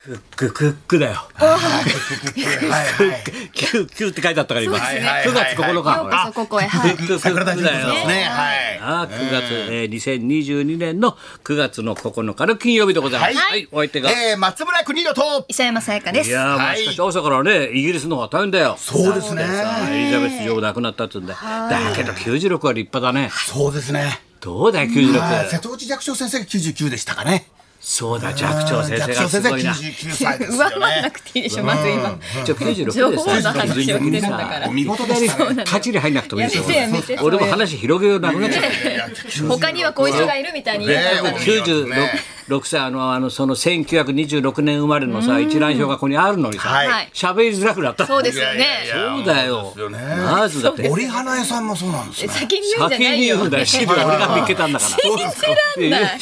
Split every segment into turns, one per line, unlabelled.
クッククックだよ。
はいはい。
キューキューって書いてあったから今。
そうですねはいはい
9月9
は
日。
い
ほら
はい
あ
あ
ようこそここへはい
クック
桜田淳子さんですね。はい。
あ9月、えー、2022年の9月の9日の金曜日でございます。はい、お相手が。
えー、松村邦洋と。
石山さやかで
い
す
やー、
は
も
い
しかして朝からね、イギリスの方が大変だよ。
そうですね。
さあエリザベス女王亡くなったっつうんで。だけど96は立派だね。
そうですね。
どうだよ、
はい瀬
96。
戸内寂聴先生が九十九でしたかね。
そうだ、寂聴先生
寂聴
がす
先生
ごいな。
九十九歳です
上
よ
回らな
ね
く。ていいでしょまず今
じゃあ96です
情報の話
順々
を
にさ
聞いてたから
お見事でし
い
たね
きなり勝ちに入んなくてもいいですよ
やめてやめて。
俺も話広げようなくなっちゃう。
他にはこういう人がいるみたいに言いたくなる
ね
96歳あのあのその1926年生まれのさ一覧表がここにあるのにさ
はい
はい
喋、りづらくなった
そうです
い
よ
やいやい
ね
や
そうだよ
そうですよね
まずだって
折花屋さんもそうなんですね。
先に言うんじゃ
先
な
に
い
言うん
よ
だよ資料俺が見っけたんだから
信じらんない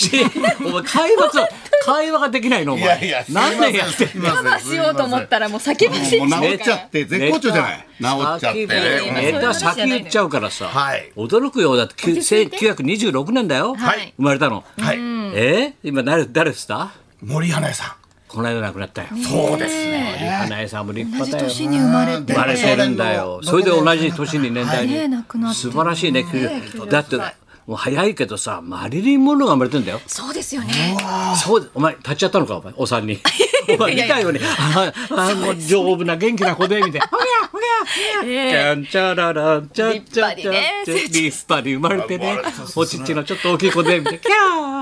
お前会話と会話ができないのお前何年やってんの
カバーしようと思ったらもう先走っ
もう治っ
ち
ち
ゃ
ゃ
うか
って絶好調じゃない治っちゃって
ね
ネタ先言っちゃうからさ、
はい
驚くよだってきゅ
落ち着いて
1926年だよ、
はい
生まれたの、
はい。
えー、今誰誰ですか
森花屋さ
この間亡くなったよ
ん。そうですね。
花江さんも立
ら
派
同じ
だよ
年に生まれて
生まれてるんだよそれで同じ年に年代
ね
に
え亡くなって
素晴らしいね90だってもう早いけどさマリリン・モンローが生まれてんだよ
そうですよね
そうだお前立っちゃったのかお前お産にお前見たよねああもう丈夫な元気な子でみたいなほりゃほりゃほりゃちゃんちゃららんちゃんちゃんちゃんちゃん立派に生まれてねおちっちのちょっと大きい子でみたいなキャ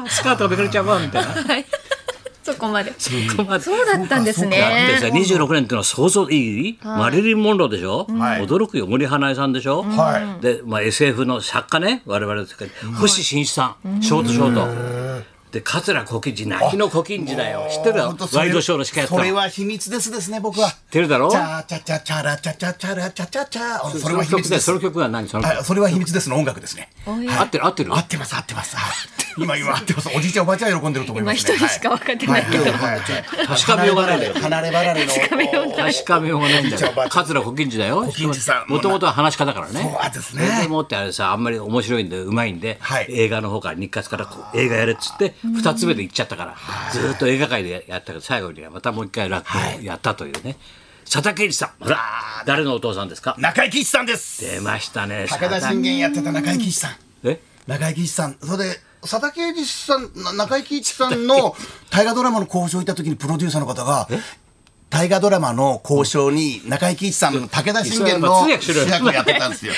ースカートがめくれちゃうわみたいな
はいそこまで
そこまで
そうだったんです
だってさ
ね
26年ってのは想像いい、マリリン・モンローでしょ、
はい
驚くよ森英恵さんでしょ、
は
で、まあ、SF の作家ね我々ですけど、星新一さんショートショートで桂小金次泣きの小金次だよ知ってる
ほんとそれ
ワイドショーの司会やった
そ
の
れ
知っ
は秘密ですですね、僕は。
てるだろ
チャチャチャチャラチャチャチャラチャチャチャ。あそ
そ
れは
の
秘
曲
密
で
です。
その曲は何その曲、
はい、それは秘密ですの音楽ですね。
合ってる合ってる
合ってます合ってます。今今合ってます。おじいちゃんおばあちゃんは喜んでると思い
今
ます、
一
ね。
人しか分かってないけど
はいはい
確かめようがないんだよ
離れ離れの。
確かめようがないんだ
じゃあ
よ
おばあちゃん
桂小金次だよ
小金次さん
もともとは話し方からね
そうですね
それでもってあれさあんまり面白いんでうまいんで、
はい
映画の方から日活からこう映画やれっつって2つ目で行っちゃったからずーっと映画界でやったけど最後にはまたもう一回落語をやったというね佐田圭司さんほら誰のお父さんですか
中井貴一さんです。
出ましたね佐
武田信玄やってた中井貴一さん。
え
中井貴一さん。それで、佐竹栄一さん、な中井貴一さんの大河ドラマの交渉行った時にプロデューサーの方が、大河ドラマの交渉に中井貴一さんの武田信玄の
それはやっぱ
主
通訳しろよ
役をやってたん ですよ。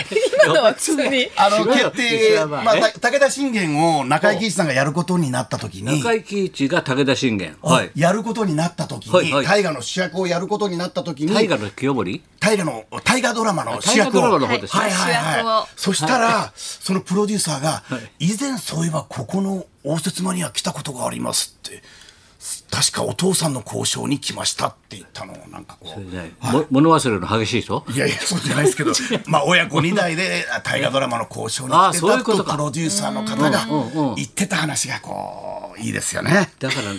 今のは普通に
あの、
知らない
決定、
知らない
まあ、た武田信玄を中井貴一さんがやることになった時に、
中井貴一が武田信玄はい
やることになった時
はいは
に、
い
大河の主役をやることになった時に、
大河の清盛
大河の大河ドラマの主
大河
役
ド
を
ラマの方ですね
はいはいはい
主役を
そしたら、そのプロデューサーが、以前そういえばここの応接間には来たことがあります」って確かお父さんの交渉に来ましたって言ったのをなんかこう。
ねも物忘れの激しい人
いやいやそうじゃないです けどまあ親子2代で大河ドラマの交渉に
ああ
来て
そういう
た
こと
と
か
プロデューサーの方が言ってた話がこういいですよね。
だから
は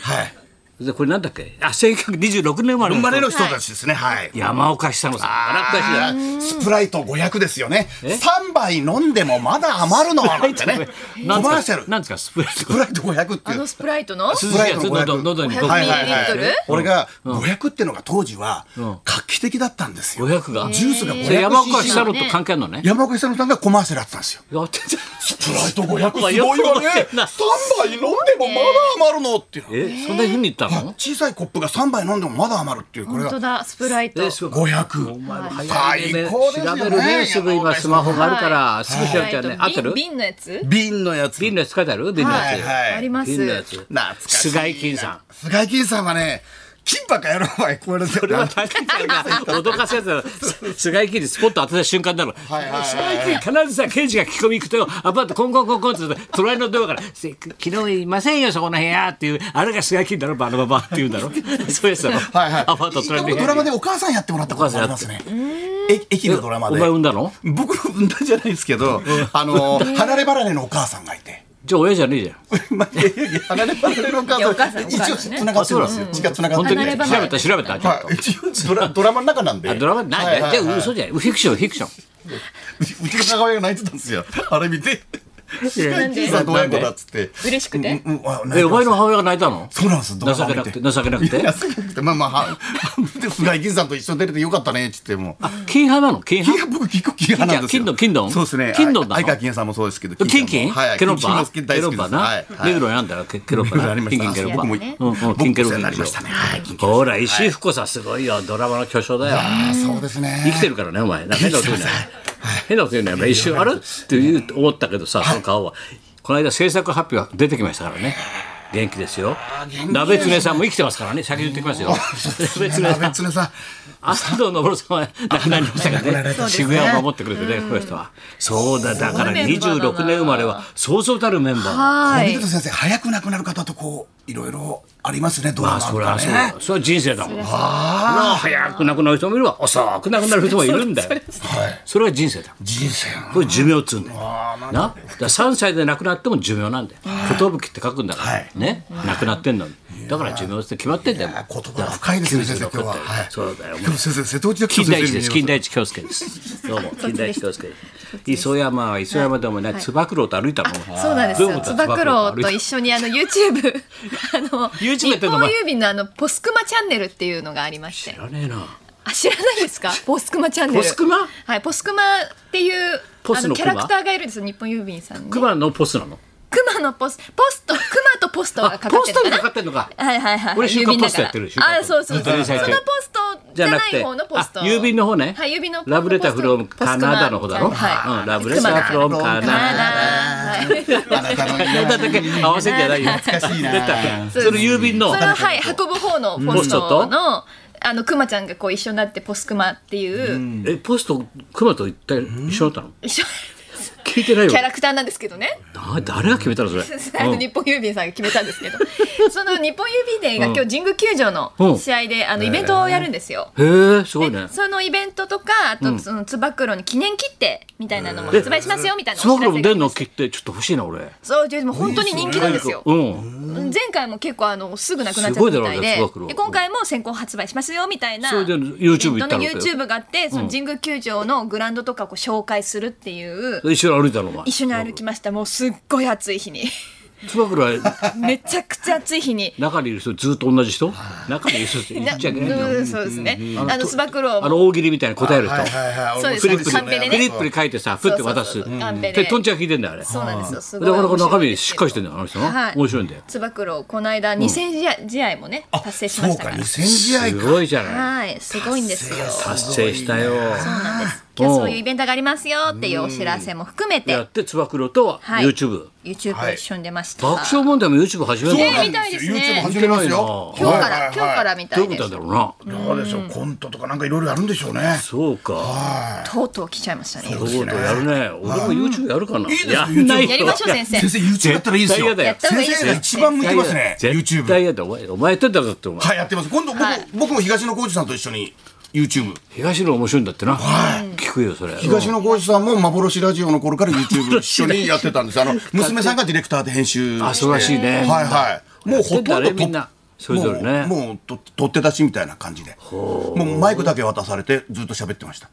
い、
でこれなんだっけあ1926年生まれ
生
の人
まれの人たちですね。はい、
山岡久乃さん笑ったしだよ
スプライト500ですよね。3杯飲んでもまだ余るのはなんてね。
な
コ
んです
マ
か
ーシャル。
なんですか、スプレー
スプライト500って
あ
い
の
う。
スプライトの
涼
スプラ
しい
イ
や
ト
つ、
500
喉喉に
500
はいはいは
ミリリットル
い。俺が500ってのが当時は画期的だったんですよ。
500が。
ジュースが
それ山岡
500cc
久
なの。
乃と関係あるのね。
山岡久乃さんがコマーシャルやってたんですよ。
やってた
スプライト500す
よ
ごい
く
わ
覚
ね。
えてん
3
な
杯飲んでもまだ余るのっていうの。
え、そんな風に言ったの
小さいコップが3杯飲んでもまだ余るっていうこれ
本当
が
だスプライト
え、すごい。
500。
早いね
最高ですよ
調
ね。
べるね、すぐ今スマホがあるから、
はい
すぐ調べちゃうね。合ってる
瓶瓶のやつ
瓶の
瓶のや
やつ。
つ書いてある瓶の
はい
や
はい。
ありま
つ。
す
瓶のやつ。
懐かしい
菅井金さ
ん菅井金さんはね金箔やろお前これそれ
これは大変だよな脅かすやつだろ菅井金にスポット当てた瞬間だろ
はいはいはい
最近必ずさ刑事が聞き込み行くとアパートコンコンコンコンって隣の電話から「せ昨日いませんよそこの部屋」っていうあれが菅井金だろバババって言 うんだろそういうやつだろ
はいはい
アパート隣の部
ドラマ
屋
でお母さんやってもらったことがありますねえ駅のドラマ
お
で
前産んだの
僕の産んだじゃないですけどあの離れ離れのお母さんがいて
じゃあ親じゃねえじゃん
まあいやいや離れ離れのお
いやお
母さ
母さ
ん
ん
一
お
応
母さんね
つながってるんですよ血がつながっ
本当
てるん
に
で
離れ離
調べた調べたちょっ
は
と
い一応ドラドラマの中なんで
あドラマない
はいはい
じゃあ嘘じゃないフィクションフィクション
うちの母親が泣いてたんですよあれ見て
なんで
キーさんどういうことだっつって。
嬉しくて。
うんあ
え、お前の
泣いて
母親が泣いたの
そうなんです
情けなくて、情けなく
い
て
や。すごくてまあまあはで船井銀さんと一緒に出れてよかったねっつってもう
あ、金派なの金
いや
派
僕結構気がなんですよ
金ちゃん金ドン金ドン
そうですね
金ドンなの
相川金也さんもそうですけど
キンキン
はいはい
ケロッ
金
パ
も好き大
ケロ
好
ッ
きで
パ
す
な
はい。はい
目黒なんだろケケロッパ
あ
な。
りま
キ
し
ン
た
キンケロッパ。
僕も
うんうん、
僕も
キンケロ
お世話にな
ッ
り
パ
ましたね。
ほら、石井福さんすごいよ。ドラマの巨匠だよ。
あーそうですね
生きて るからね、お前。なんか変なこと言うなよ。変なこと言うなよ。まあ一瞬、あれって言う思ったけどさ、その顔は。この間、制作発表出てきましたからね。元気ですよ。鍋つねさんも生きてますからね。先に言ってき ますよ。鍋つねさん。
別にさ
安藤昇さんは亡くなりましたけどね渋谷を守ってくれてね、この人はそうだだから
すごいメンバーだな
26年生まれはそうそうたるメンバー
は
小
い
人。先生早く亡くなる方とこういろいろありますねド
ま
ラ
あ
マ
そ
と
れ
か
はそう
ね
だそれは人生だもんなあ早く亡くなる人もいれば遅く亡くなる人もいるんだよそれは人生だ
人生
これ寿命っつうんだよ。な、だから3歳で亡くなっても寿命なんだよ。寿って書くんだから、
はい
ね、亡くなってんのに。だから寿命って決まってんだよ。
や言葉が深いです
96
ね先生今日ははい
そうだよ。
でも先生瀬戸内寂聴
金
先
田
生
一です。金
に
田一京介です。 どうも金田一京介です。磯山は磯山でもね、つば九郎と歩いたの。
そうなんです
どい
よ。
こと
つば九郎と
つば九
一緒にあの YouTube あの
YouTube やっ
日
てんのお
本
前
郵便のあのポスクマチャンネルっていうのがありまして
知。らねえな。
あ知らないですか？ポスクマチャンネル。
ポスクマ
はい、ポスクマっていう
ポ
あ
ス
の
の
キ
ク
ャ
マ
ラクターがいるんですよ。日本郵便さんに。
熊のポスなの。
熊のポスポスト熊とポストが
あ
かかっ
ポス
てるか
トに
な
かかってんのか。
はいはいはい。
俺週刊ポストやってる
郵
週
便だ
刊ポスト
からあそうそう
テ
そ
レビ
う。そ
最
の
中
ポストじゃない方のポスト。
あ郵便の方ね。
はい郵便の
ラブレターフローム
ポスト
カナダの方だろ。
はい。
うんラブレターフロームカナ
熊
ダ。
だはい。
あなた の
ネタだけ合わせんじゃないよ。
懐かしいな
出たそれ郵便の
それははい運ぶ方のポストのあのクマちゃんがこう一緒になってポスクマっていう
えポスト熊と一体一緒だったの？
一緒
聞いてないよ
キャ。ラクターなんですけどね。
な誰が決めたの それ？
あの
うん
日本郵便さんが決めたんです けど、その日本郵便デーが今日神宮球場
う
の
ん
試合であのイベントをやるんですよ。
へえすごいね
で。そのイベントとかあとそのつば九郎に記念切手みたいなのも
え
発売しますよみたいな
スマ
お
ホ
知
で
ら
も
せ
出
が
んの切ってちょっと欲しいな俺。
そうでも本当に人気なんですよ。
うん。
前回も結構あのすぐなくなっちゃったみたい
すごいだろ
で
うねつば九郎
で今回も先行発売しますよみたいな
それで YouTube 行ったの
イベントの YouTube があってその神宮球場のグラウンドとかをこう紹介するっていう、
一緒に歩いたのお前。
一緒に歩きましたもうすっごい暑い日に
つば九郎は
めちゃくちゃ暑い 日に。
中にいる人ずっと同じ人？中にいる人って言
な
っちゃいけないんだよ
うんそうですね。あのスバクロ
あの大喜利みたいに答える人。
はいはいはい
そうです
フリップ
カンペ
に
で
フリ
ね。
ップに書いてさ、ふって渡
そ
す。
うそうそうカンペで
でトンチが効いてんだよあれ。
そうなんですよ。すごい
だからこの中身
面白いんですけ
しっ
ど
かりしてんだよあの人な
はい
面白いんだよ
つば九郎この間2000試合もね達成しま
そう
した
か
から。
2000試合
す
か
ごいじゃない
はい、すごいんですよ。そう
達成したよ
なんです。今日そういうイベントがありますよっていうお知らせも含めて
やってつば九郎とは
はい
YouTube
YouTube
はい
一緒に出ました。
爆笑問題も YouTube 始めるの
ね
か
え見
な
たいです
YouTube
ね
始めます
見
よ。
て
今日
は
から、
いはいはい
今日からみた
どうい
いう
こ
で
とな
す
んだ。ろうな
どうでしょうコントとかなんかいろいろやるんでしょうね
そうか
とうとう来ちゃいましたね。
そういうことやるね俺も YouTube やるかなやんないよ
やりましょう先生。
先生 YouTube やったらいいですよ
絶対嫌だよ
やった方がいい
先
です
生が
よ。
一番向いてますね
絶
YouTube
対やだお前お前やってんだからってお前
はいやってます今度僕
はい
僕も東野幸治さんと一緒に YouTube
東野面白いんだってな聞くよそれ
東野幸治さんも幻ラジオの頃から YouTube 一緒にやってたんです あの娘さんがディレクターで編集
あそうらしいね
はいはいもうほとん
や
ど
ってんだね
と
みんなそれぞれね
もうもうと取って出しみたいな感じでもうマイクだけ渡されてずっと喋ってました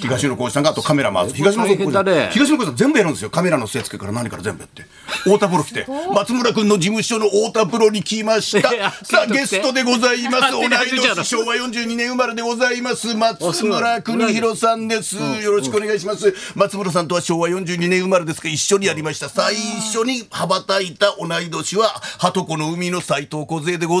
東野幸治さんがあとカメラ回す東野幸治さ
大変だね
ん東野幸治さん全部やるんですよカメラの据え付けから何から全部やって太田プロ来て松村君の事務所の太田プロに来まし た
いや
さあゲストでござい ます同
勝手
い
に始めちゃうの
年昭和42年生まれでございます松村邦弘さんですよろしくお願いします松村さんとは昭和42年生まれですが一緒にやりました最初に羽ばたいた同い年は鳩子の海の斎藤梢でございます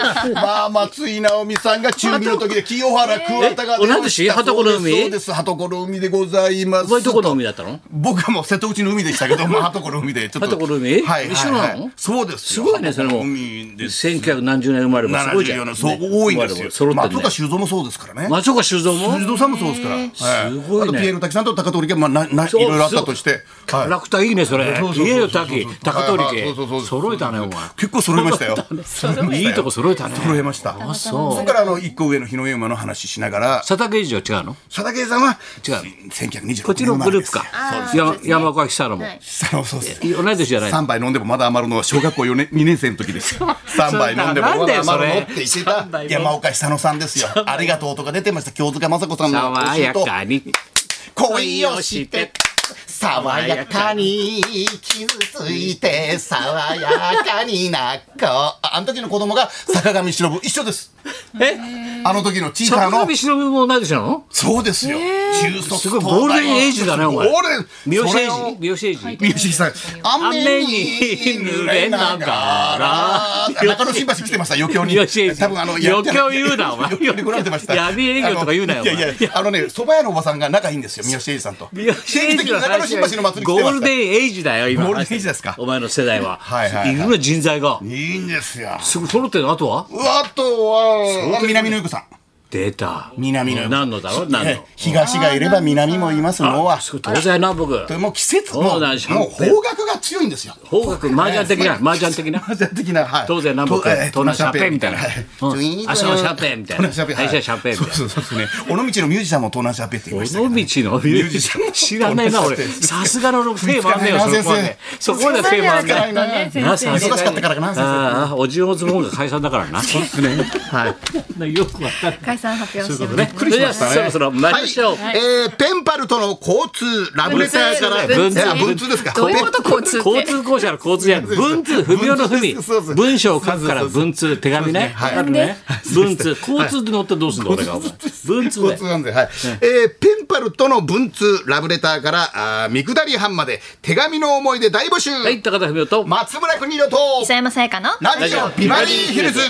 まあ松井直美さんが中二の時で清原桑田が
え
出ました
同い年鳩子の海
そうです鳩子の海でございます
お前どこの海だったの
僕はもう瀬戸内の海でしたけど、まあ、鳩子の海でちょっと
鳩子の海
はいはいはい
一緒なの
そうです
す
よ
ごいねそれ
鳩
も
子の海です
1900何十年生まれもすごいじゃ
74
ん
年そう多いんです
生まれ
よ
も揃って
松
るね
岡修造もそうですからね
松岡修造も
修造さんもそうですからはい
すごいね
あとピエール滝さんと高取家まあなない
そう
ろいろあったとして
キャラクターいいねそれ
そうそうそう
言えよ滝高取
はいはいそうそうそ
家
う
揃えたねお
結構揃えましたよ
前 いいとこ揃えたね
揃えました
そう
それからあの一個上の日の山の話しながら
佐竹以上違うの
佐竹さんは
違う
1926年
こっちのグループか山山岡久郎も
はい
そうですそうです
同い年じゃないの
3杯飲んでもまだ余るのは小学校四年2年生の時 ですよ3杯飲んでもまだ余るのって言ってた山岡久乃さんですよありがとうとか出てました京塚雅子さんの
爽やかに
恋をして
爽やかに傷ついて爽やかに泣こうあ
あの時の子供が坂上忍一緒です
え
あの時のチーター
坂
の
上忍も同い年なの
そうですよ中卒
すごいゴールデンエイジだねお前
ゴールデン
三好
そ
英
れを
二三好英二
三好さん
雨に濡れながら
中野新橋来てました余興に
よし
多分あの
余興言うなお前
余興に来られてました
闇営業とか言うなよ
あ
お前
のいやいやあのね蕎麦屋のおばさんが仲いいんですよ三好英二さんと
三好英二の
中野
話
新橋の祭り来てます
ゴールデンエイジだよ今
ゴールデンエイジですか
お前の世代は
はいはいはい
いるね人材が
いいんですよ
すぐ揃ってるあとは
あとは南野由子さん
出た
南のよ
何のだろう何
え
の
東がいれば南もいますのは
すごい東西南
で
北
もう季節
そ
も
う
う
なん
もう
です
方角が強いんですよ
方角麻雀的な麻雀的な
麻雀的な、はい、
東西南北
とえー
東南シャーペンみたいな
は
うん
ちょいい
あそうシャーペンみたいな
東南シャーペン、
大西シャーペンみたいな
そうそうそうですね尾道のミュージシャンも東南シャーペンって言いましたけ
尾道
ど
のミュージシャン知らないな俺さすがのフェーマンねよそこまでそこまでフェーマンね
だね
な
先
さすが
生
に
忙しかったからかな先生
ああおじおずもんが解散だからなそうですねはいよくわかる
解散発表して
ねそれではそろそろ参りましょう
はいえーペンパルとの交通ラブレターから
文通
えあ文通ですか
どういうこと交通
交
って
通公社の交通や文通不明の文
そうそう
文章を書くから文通手紙ね
はい
わかるね文通交通で乗ってどうすんの俺がお前文通で
交通安全はい、えーペンパルとの文通ラブレターからあー三下り半まで手紙の思い出大募集、
はい高田文夫と
松村邦洋と
磯山さやかの
ラジオビバリーヒルズ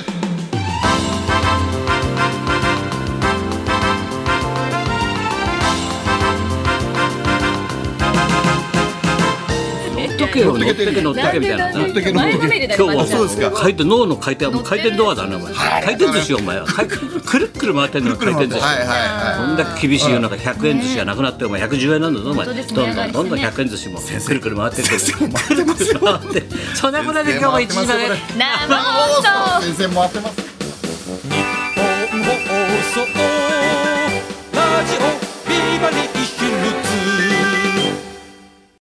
乗っとけよ乗っとけ乗っとけみたいな
なんでなんで前のめりだ
今日
ま
は
ずじゃん
そうですか
回転脳の回転もう回転ドアだねお前
はい
回転寿司お前は回くるっくる回ってんの回転寿司
はいはいはい
こんだけ厳しい世の中100円寿司がなくなってお前110円なんだぞお前
本当ですね
どんどんどんどん
上がり
100円寿司もくるくる回ってるけどくるくる回ってそんなことで今日も一時まで
生放送
先生も当てます
放送